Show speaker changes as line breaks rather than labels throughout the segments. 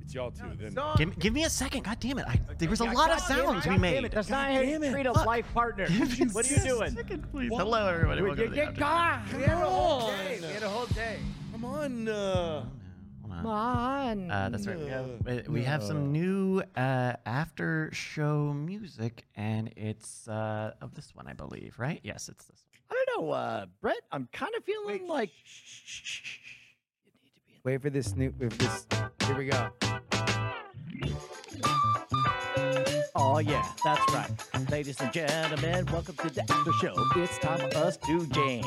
it's y'all two. Then
Give, give me a second. God damn it. I, there was a lot of sounds we
Damn it,
made.
that's not how you treat a life partner. What are you doing?
Second, please. Hello, everybody. Welcome to the
Get
after-
gone. We had a whole
on.
day. We had a whole day.
come on. Uh,
Hold on.
on.
Uh, that's right. We have, uh, we have some new uh, after show music, and it's uh, of this one, I believe, right? Yes, it's this one.
I don't know, uh, Brett. I'm kind of feeling like.
Wait for this new. Wait for this. Here we go.
Oh yeah, that's right. Ladies and gentlemen, welcome to the after show. It's time for us to jam.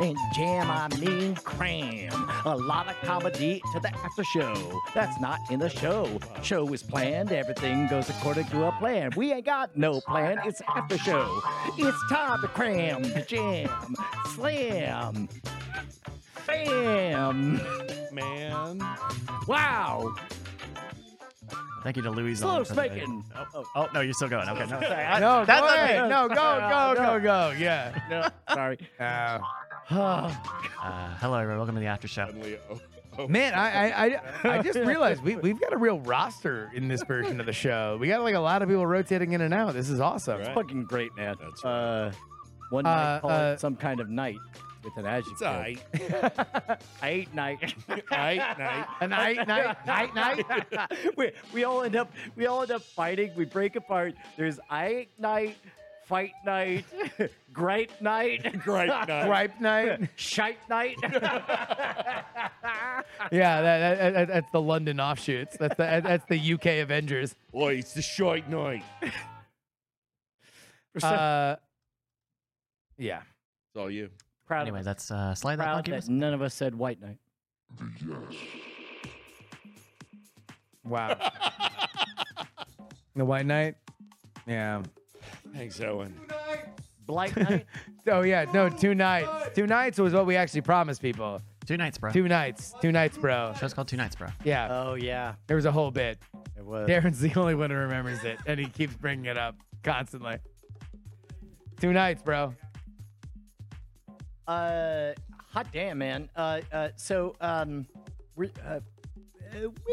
And jam I mean cram. A lot of comedy to the after show. That's not in the show. Show is planned, everything goes according to a plan. We ain't got no plan, it's after show. It's time to cram, to jam, slam, bam.
man.
Wow.
Thank you to Louis.
Slow
Zong for the-
speaking. Oh, oh,
Oh no, you're still going. Okay, no.
sorry, I-
No,
That's
go
okay.
ahead. No, go,
No,
go,
no.
go, go. Yeah.
no, sorry.
Uh,
Uh, hello, everyone. Welcome to the after show.
Suddenly, oh, oh,
man, I, I, I, I just realized we, we've got a real roster in this version of the show. We got like a lot of people rotating in and out. This is awesome.
Right.
fucking great, man.
That's right.
uh, one
Uh,
night call
uh,
it some kind of night with an adjective.
it's aight.
I ate night.
Aight, night.
A night, night, night, night.
we, we all end up we all end up fighting. We break apart. There's I ate night, fight night, great night,
Great night.
Gripe night.
shite night.
Yeah, that, that, that, that's the London offshoots. That's the, that, that's the UK Avengers.
Boy, it's the shite night. It's
Uh, yeah.
all you.
proud
Anyway, that's uh, slide that
proud
monkey.
that none of us said white night.
Wow. the White Knight. Yeah.
Thanks, Owen.
Blight night.
Oh yeah, no, two nights. Two nights was what we actually promised people.
Two nights, bro.
Two nights. Two nights, bro.
Show's called Two Nights, bro.
Yeah.
oh yeah,
there was a whole bit.
it was.
Darren's the only one who remembers it, and he keeps bringing it up constantly. Two nights, bro.
Uh, hot damn, man. Uh, uh so um, re- uh, uh, where, where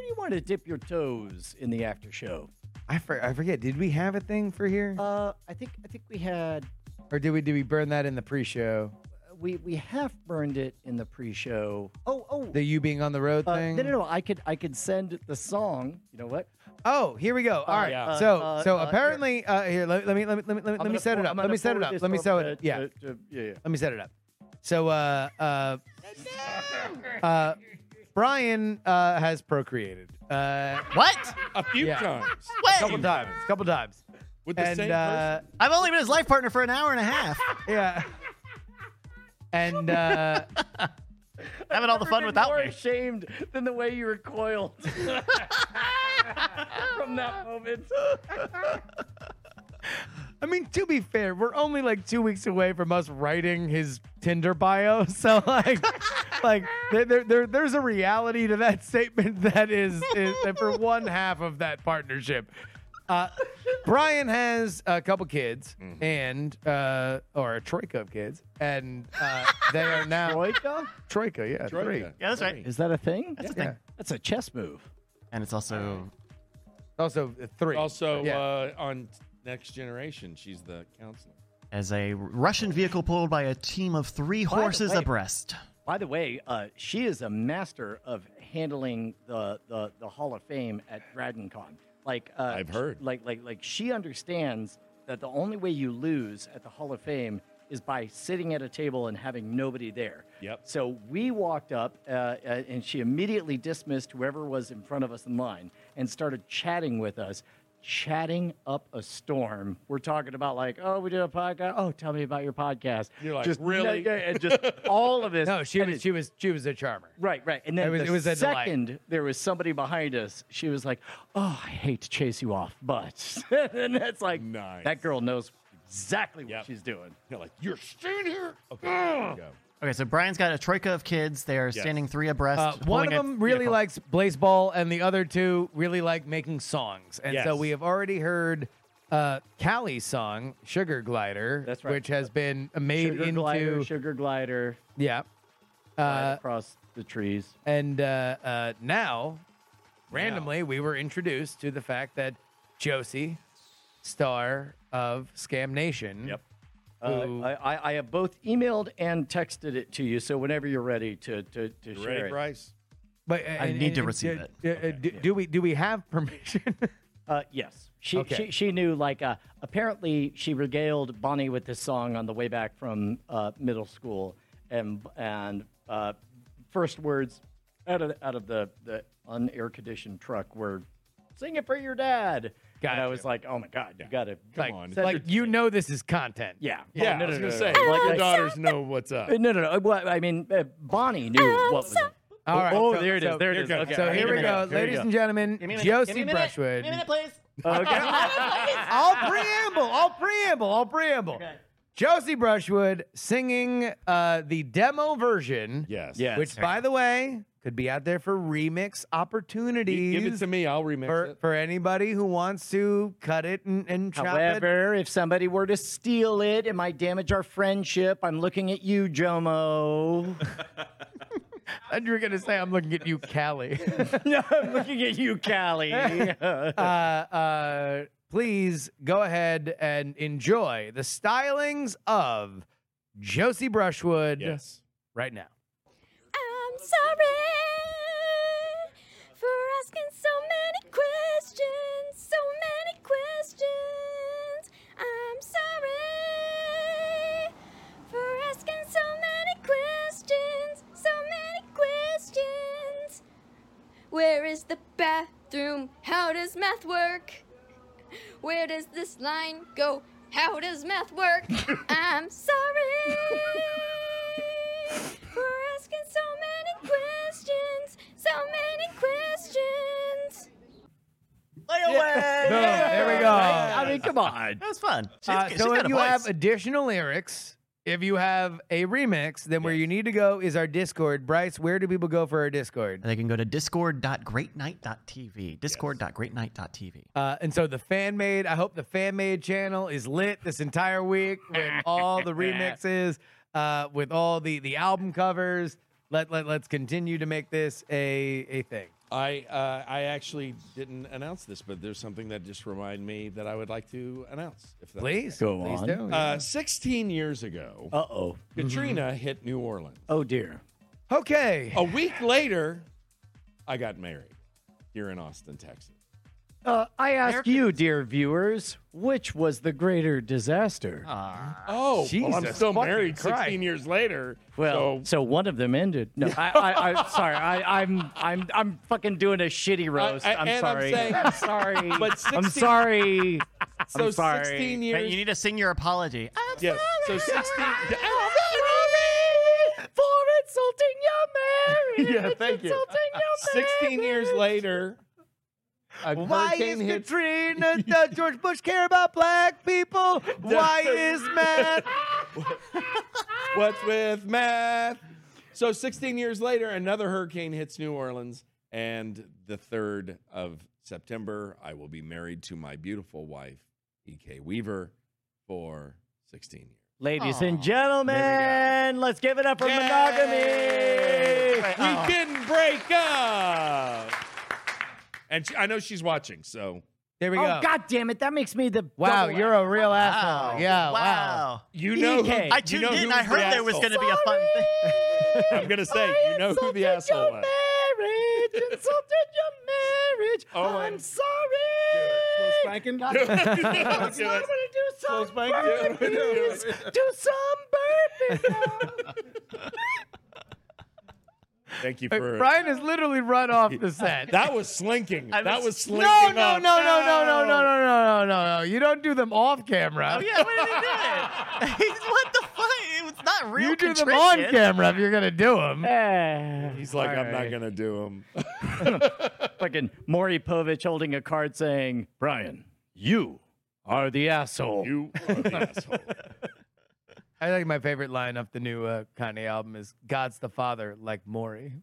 do you want to dip your toes in the after show?
I, for, I forget. Did we have a thing for here,
Uh, I think I think we had
or did we did we burn that in the pre-show?
we we half burned it in the pre-show. Oh oh.
The you being on the road
uh,
thing.
no, no, no! I could, I could send the song. You know what?
Oh, here we go. All right.
yeah.
So
Uh,
so
uh, uh,
apparently uh, here let, let me let me let me let
I'm
me
gonna
set it
for-
up.
I'm
Let
gonna
me set it
forward
up.
this
Let me
from
set
the-
it. Yeah.
the- the- yeah, yeah.
Let me set it up. So, uh, uh, uh, Brian uh, has procreated uh,
What?
A few
Yeah.
times.
a couple times, a couple times,
With the
and
same
uh,
I've only been his life partner for an hour and a half.
yeah, and uh,
Having all the fun
Never been
without
more
me.
ashamed than the way you recoiled from that moment.
I mean, to be fair, we're only like two weeks away from us writing his Tinder bio, so like. Like there, there, there, there's a reality to that statement that is, is that for one half of that partnership. Uh, Brian has a couple kids and uh, or a troika of kids, and uh, they are now
Troika?
troika, yeah,
person.
three.
Yeah, that's right.
Is that a thing?
That's a
Yeah.
thing.
That's a chess move.
And it's also
Also uh, three.
Also,
Yeah.
uh, on Next Generation, she's the counselor.
as a Russian vehicle pulled by a team of three
the
horses
way-
abreast.
By the way, uh, she is a master of handling the, the, the Hall of Fame at DragonCon. Like uh,
I've heard.
Like like like she understands that the only way you lose at the Hall of Fame is by sitting at a table and having nobody there.
Yep.
So we walked up, uh, uh, and she immediately dismissed whoever was in front of us in line and started chatting with us, chatting up a storm. We're talking about like, oh, we did a podcast. Oh, tell me about your podcast.
You're like, really?
Yeah, yeah, and just all of this.
no, she
And
was, she was, she was a charmer.
Right, right. And then
It was-
the
it was a delight.
second there was somebody behind us, she was like, "Oh, I hate to chase you off, but," and that's like,
Nice.
that girl knows exactly what
Yep.
she's doing.
You're like, you're standing here. Okay, there you go.
Okay, so Brian's got a troika of kids. They are standing three abreast.
Uh, one
pulling
of
a
them really
vehicle.
likes baseball, and the other two really like making songs. And so
Yes.
we have already heard uh, Callie's song "Sugar Glider,"
That's right.
which has been made
Sugar
into
glider, sugar glider,
yeah,
glide
uh,
across the trees.
and uh, uh, now randomly we were introduced to the fact that Josie, star of Scam Nation,
Yep.
Who-
Uh, I, I- I have both emailed and texted it to you, so whenever you're ready to to, to
You
share
Ready,
it.
Bryce?
But uh,
I need to receive it.
do, do we do we have permission?
Uh, yes, she,
Okay.
she she knew. Like, uh, apparently, she regaled Bonnie with this song on the way back from uh, middle school, and and uh, first words out of out of the the unair conditioned truck were, "Sing it for your dad." And I
Gotcha.
was like, "Oh my god, you gotta
like,
on.
send
like
your-
you know this is content.
yeah,
Yeah,
Oh, no,
I was
no,
gonna
no,
say,
no, no.
let
Like,
your
like-
daughters know what's up.
Uh, No, no, no. Well, I mean, uh, Bonnie knew what was.
All right,
oh,
so-
there it is.
so-
there it
here
is.
goes.
Okay,
So
I need
here
a
we
minute. Here
go,
we
ladies
go.
and gentlemen, Josie Brushwood.
please.
all preamble, all preamble, all preamble. Josie Brushwood singing uh, the demo version.
Yes.
Yeah.
Which, by the way, could be out there for remix
Gi-
opportunities
Give it to me. I'll remix
for,
it.
for anybody who wants to cut it and, and chop it.
However, if somebody were to steal it, it might damage our friendship. I'm looking at you, Jomo.
And you're going to say, I'm looking at you, Callie.
no, I'm looking at you, Callie.
uh, uh, please go ahead and enjoy the stylings of Josie Brushwood
Yes.
right now.
I'm sorry for asking so many questions, so many questions. I'm sorry for asking so many questions, so many questions. Where is the bathroom? How does math work? Where does this line go? How does math work? I'm sorry for asking so many questions, so many questions.
Boom, there we go.
I mean, come on.
That was fun. She's,
Uh,
she's
so
got
if
a
you
voice.
have additional lyrics, if you have a remix, then where you need to go is our Discord. Bryce, where do people go for our Discord?
they can go to discord.greatnight.tv. Discord.greatnight.tv.
Uh, and so the fan made, I hope the fan made channel is lit this entire week with all the remixes, uh, with all the the album covers. Let, let let's continue to make this a a thing.
I uh, I actually didn't announce this, but there's something that just reminded me that I would like to announce. If that's
Please
Go
please
on.
do.
Uh, 16 years ago,
Uh oh.
Katrina hit New Orleans.
Oh dear.
okay.
A week later, I got married here in Austin, Texas.
Uh, I ask you, dear viewers, which was the greater disaster?
Oh, well, I'm
Jesus
still
fucking
married
Christ.
16 years later.
Well, so,
so
one of them ended. No, I, I, I sorry, I, I'm, I'm, I'm fucking doing a shitty roast.
I-
I, am
and I'm
sorry.
saying-
I'm sorry.
But
I'm
16
sorry.
so
I'm sorry.
16 years.
But you need to sing your apology. Ah, I'm
yes. So 16.
for insulting your marriage.
Yeah, thank you.
Insulting your
16 years later, a
Why is
hurricane hit.
Katrina does George Bush care about black people? Why is Matt?
What's with math? So 16 years later, another hurricane hits New Orleans, and the third of September, I will be married to my beautiful wife, E.K. Weaver, for 16 years.
Ladies and gentlemen, let's give it up for monogamy.
We didn't break up. And she, I know she's watching, so
There we go.
Oh, God damn it. That makes me the.
Wow,
double-
you're a real asshole. Yeah, wow.
Wow.
you know. who-
EK.
I
you
tuned
know
in.
who's
I
the
heard there was
asshole.
going to be a fun thing.
I'm gonna say, you know who the asshole was.
marriage. Insulted your marriage.
Oh,
I'm
and-
sorry.
spanking?
God,
Do it. Do
That's not
it.
what I do. Some
Close mic. Do it.
burpees. Do some burpees.
Thank you for
Brian has literally run off the set.
that. Was slinking.
I
that
was-
was
no,
slinking.
no, Oh, no, no,
up.
no, no, no, no, no, no, no, no. You don't do them off camera.
Oh, yeah. What did he do? He's- what the fuck? It's not real.
You do them
contrition.
on camera if you're gonna do them.
Eh.
He's like, I'm not gonna do him.
Fucking Maury Povich holding a card saying, Brian, you are the asshole.
You are the asshole.
I think my favorite line off the new uh, Kanye album is "God's the Father, like Maury."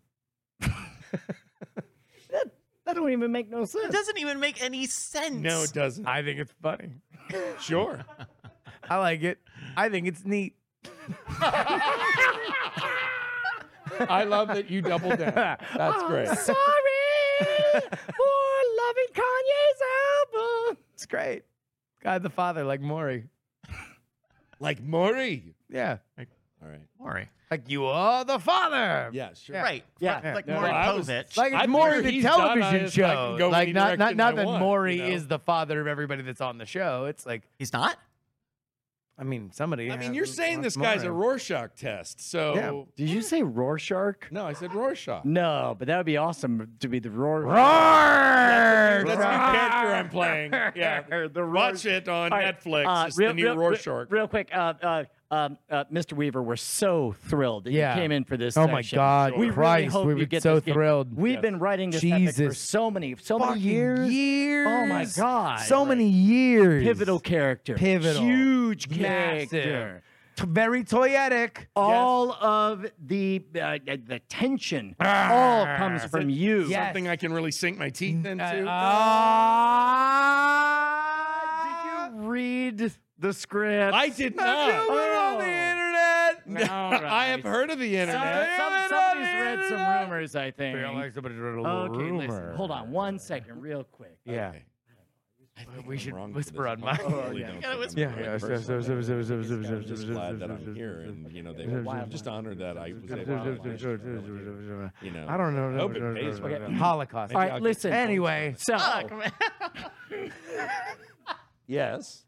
That don't even make no sense.
It doesn't even make any sense.
No, it doesn't.
I think it's funny.
Sure.
I like it. I think it's neat.
Ah, I love that you doubled down. That's great.
Sorry
more loving Kanye's album. It's great. God the Father, like Maury.
Like Maury.
Yeah.
All right.
Maury.
Like you are the father.
Yeah, sure.
Right.
Yeah.
Right, Like
No,
Maury
I was-
Povich.
Like it's
I'm
more
sure
the
he's done
television
it, so I can
show.
go
Like
any
not not
direction
not
I
that
want,
Maury
you know?
is the father of everybody that's on the show. It's like
He's not?
I mean somebody.
I mean,
has-
you're saying this
Maury.
guy's a Rorschach test, so
Did you say Rorschach?
no, I said Rorschach.
No, but that would be awesome to be the Rorschach.
That's the new character I'm playing. Yeah,
The
watch it on
All right,
Netflix.
uh,
it's the new Rorschach.
Real quick, uh, uh, um, uh, Mr. Weaver, we're so thrilled that
Yeah.
you came in for this.
Oh my
section.
God,
we really
Christ,
hope
we
you
were
get
so
this game.
thrilled.
We've
Yes.
been writing this epic for
Jesus.
so many, so many
Fucking
years.
years.
Oh my God.
So many years.
Pivotal character,
Pivotal.
huge
Massive.
character.
T- very toyetic.
All of the uh, the tension all comes from you.
Ah. Yes.
Something I can really sink my teeth
Uh,
into. uh,
Ah.
Did you read the
Oh.
script?
I did
Oh.
Have you
not.
been on the internet?
I have heard of the
Some,
internet.
some,
Damn it,
somebody's
I
read
did
some
not.
rumors, I think.
somebody read a
okay, listen. Hold on one second, real quick.
Yeah.
Okay. I think
We
I'm
should
wrong for
whisper
this.
on
I
mine.
really
Oh,
don't
yeah.
think
Gotta
I'm
whisper.
the
Yeah,
right
yeah. So,
person.
so, so, so, so, so, so,
I'm just glad that I'm here, and you know they were
Wildlife.
just honored that I was able to.
I
You know,
don't know.
Hope it pays for it.
Holocaust.
Maybe
All right,
I'll get-
listen.
Anyway,
So
Yes.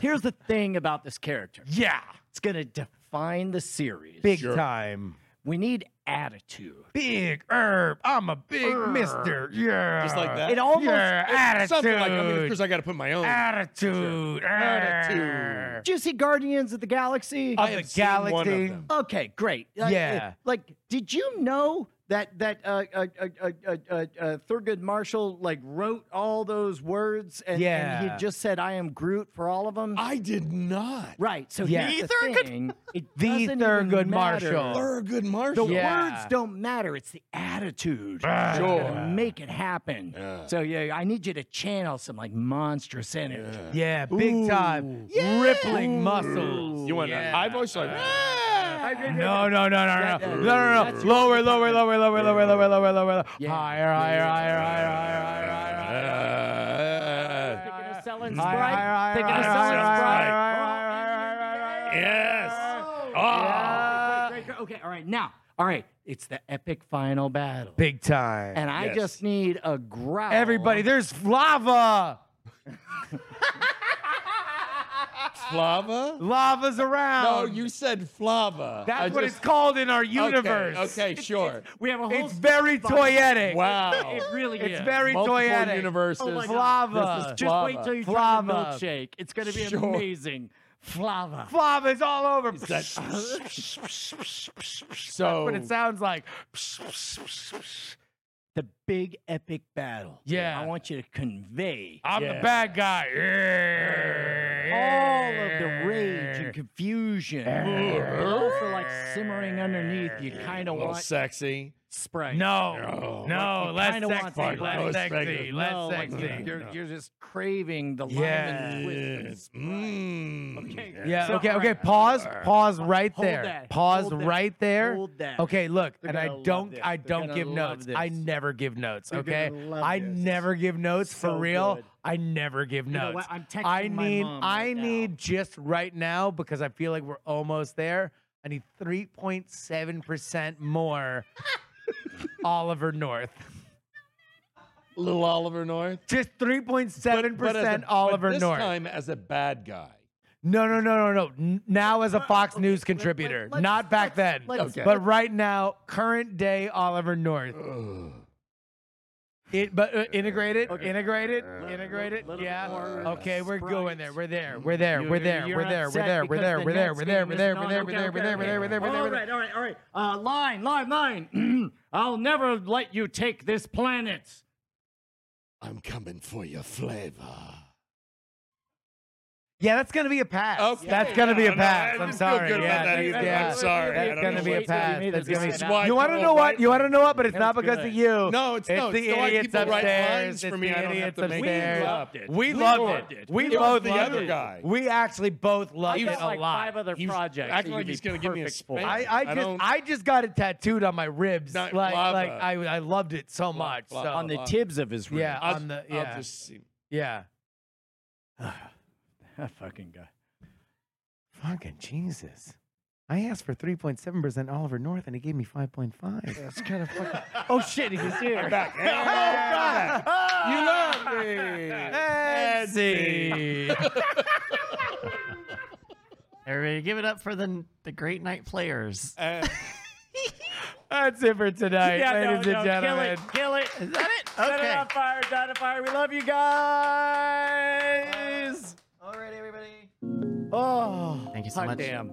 here's the thing about this character.
yeah,
It's gonna define the series.
big time.
We need attitude.
Big herb. I'm a big mister. Yeah.
Just like that?
It almost
Yeah,
It's Something like, I mean, of
attitude.
course, I got to put my own.
Ah. Attitude.
Attitude.
Did you see Guardians of the Galaxy?
I
Of
have
the
seen one of
galaxy.
them.
okay, great. Uh,
Yeah.
uh, like, did you know that that uh, uh, uh, uh, uh, uh, uh, Thurgood Marshall like wrote all those words and, and
Yeah.
he just said, "I am Groot" for all of them?
I did not.
Right. So
Yeah.
here's the thing. It
The
doesn't even
Thurgood
matter.
Marshall.
Thurgood
The
Marshall.
Yeah.
words don't matter. It's the attitude. that's gonna Make it happen.
Yeah.
So yeah, I need you to channel some like monstrous energy.
Yeah, big time. Rippling muscles.
You want a high voice like "Ah!"
No, no, no, no, no,
That-
no,
that-
no, no,
that's
no.
your
Lower, lower, lower, lower, lower, lower, lower, lower.
Yeah.
Higher, higher, higher, higher, higher, higher, higher.
Ah.
Thinking of selling
Higher, higher,
Sprite.
higher,
Thinking of
higher,
selling
higher,
Sprite. Oh.
higher, higher, higher, higher,
Yes.
higher.
Ah.
Great, great, great. Uh, Okay, all right, now, all right, it's the epic final battle,
Big time.
and I
Yes.
just need a growl.
Everybody, there's lava.
Flava?
Lava's
No,
around.
you said Flava.
That's
I
what
just-
it's called in our
Okay,
universe.
Okay, sure.
we have a whole.
It's
s-
very toyetic.
Wow.
it really
It's
is.
very
Multiple
toyetic.
universes.
Oh my God.
Flava.
Just wait till you try the
Flava.
milkshake. It's gonna be
Sure.
amazing. Flava.
Flava's all over.
That-
That's
so
what it sounds like.
The big epic battle.
Yeah.
I want you to convey
I'm
Yeah.
the bad guy.
all of the rage and confusion, but also like simmering underneath. You kind
a
of
little
want
sexy. Oh,
Sprite.
No,
No.
Oh, no,
You
less
kinda want
sexy,
that
less
last
sexy,
segment.
less
No, like
sexy.
You're, you're, you're just craving the lemon twist.
Yes. Mm.
Okay.
Yeah.
So,
okay.
all
Okay.
right.
Pause. Pause right
Hold
there.
that,
Pause
hold that,
right there.
hold that.
Okay. Look,
They're
and I
gonna love
don't.
this.
I
They're
don't
gonna
give
love
notes. I
this.
never give notes.
They're
okay.
gonna love
I
this.
never give notes for
So
real.
good.
I never give
know
notes.
what? I'm texting
I
my
need.
mom
I
right now.
need just right now because I feel like we're almost there. I need 3.7 percent more. Oliver North.
Little Oliver North.
Just 3.7
But as a-
percent
but
Oliver
this
North.
time as a bad guy.
No, no, no, no, no. N- Now as a
Uh,
Fox News contributor,
let's-
not back then,
let's-
Okay.
but right now, current day Oliver North. It, but uh, integrate it, integrate it, integrate it.
little
Yeah.
more, uh,
Okay, we're
Sprite.
going there. We're there. We're there.
You-
We're
you-
there.
you're
We're there. We're
upset
there. We're
because
there.
the
We're there.
next
We're there.
game
We're there.
is not-
We're there. We're
okay,
there. We're
okay,
there. We're there. We're there. We're there.
All
We're there.
right, all right, all right. Uh, line, line, line. I'll never let you take this planet.
I'm coming for your flavor.
Yeah, that's gonna be a pass.
Okay.
That's gonna be
Yeah,
a
no, I
pass. I'm
didn't feel
sorry.
good about that
yeah, that's-
either. I'm
yeah.
sorry. I
That's
don't
gonna
know.
be a
Wait
pass.
me to
That's
this
gonna
is
be.
why
You want to
people write-
know what? You want to know what? But it's not because of you.
No, it's- no,
the
it's so why
idiots
people write
upstairs.
lines for
It's
me. I
The
don't have
idiots
to make
upstairs.
it up.
We
We
loved
loved
it.
it.
We
It was
both
the
loved
other
it.
guy.
We actually both loved it
got
a
like
lot.
five other
He was
projects.
acting
that
like
you'd
he's
be
gonna give me a
perfect
spank.
for.
I, I
I
just
don't-
I just got it tattooed on my ribs.
Not
like
lava.
like I I loved it so much.
lava.
So
On
on
uh,
the tibs of his
yeah,
I'll,
on the
I'll
yeah
just see.
yeah.
That fucking guy.
Fucking Jesus. I asked for 3.7% Oliver North and he gave me 5.5. That's kind of fucking. Oh shit, he was here.
Back.
Oh, God.
You love me.
Let's see.
Everybody, give it up for the the great night players.
And
That's it for tonight, ladies and
kill
gentlemen.
it, kill it.
Is that it?
Set it
Okay.
on fire, set it on fire. We love you guys.
All right, everybody.
Oh,
Thank you so
hot
Oh,
much.
Damn,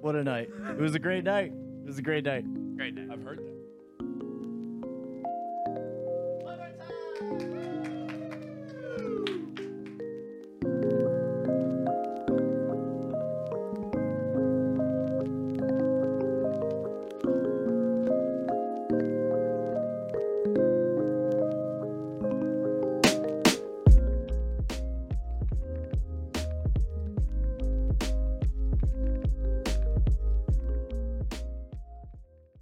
what a night! It was a great night. It was a great night.
I've heard that.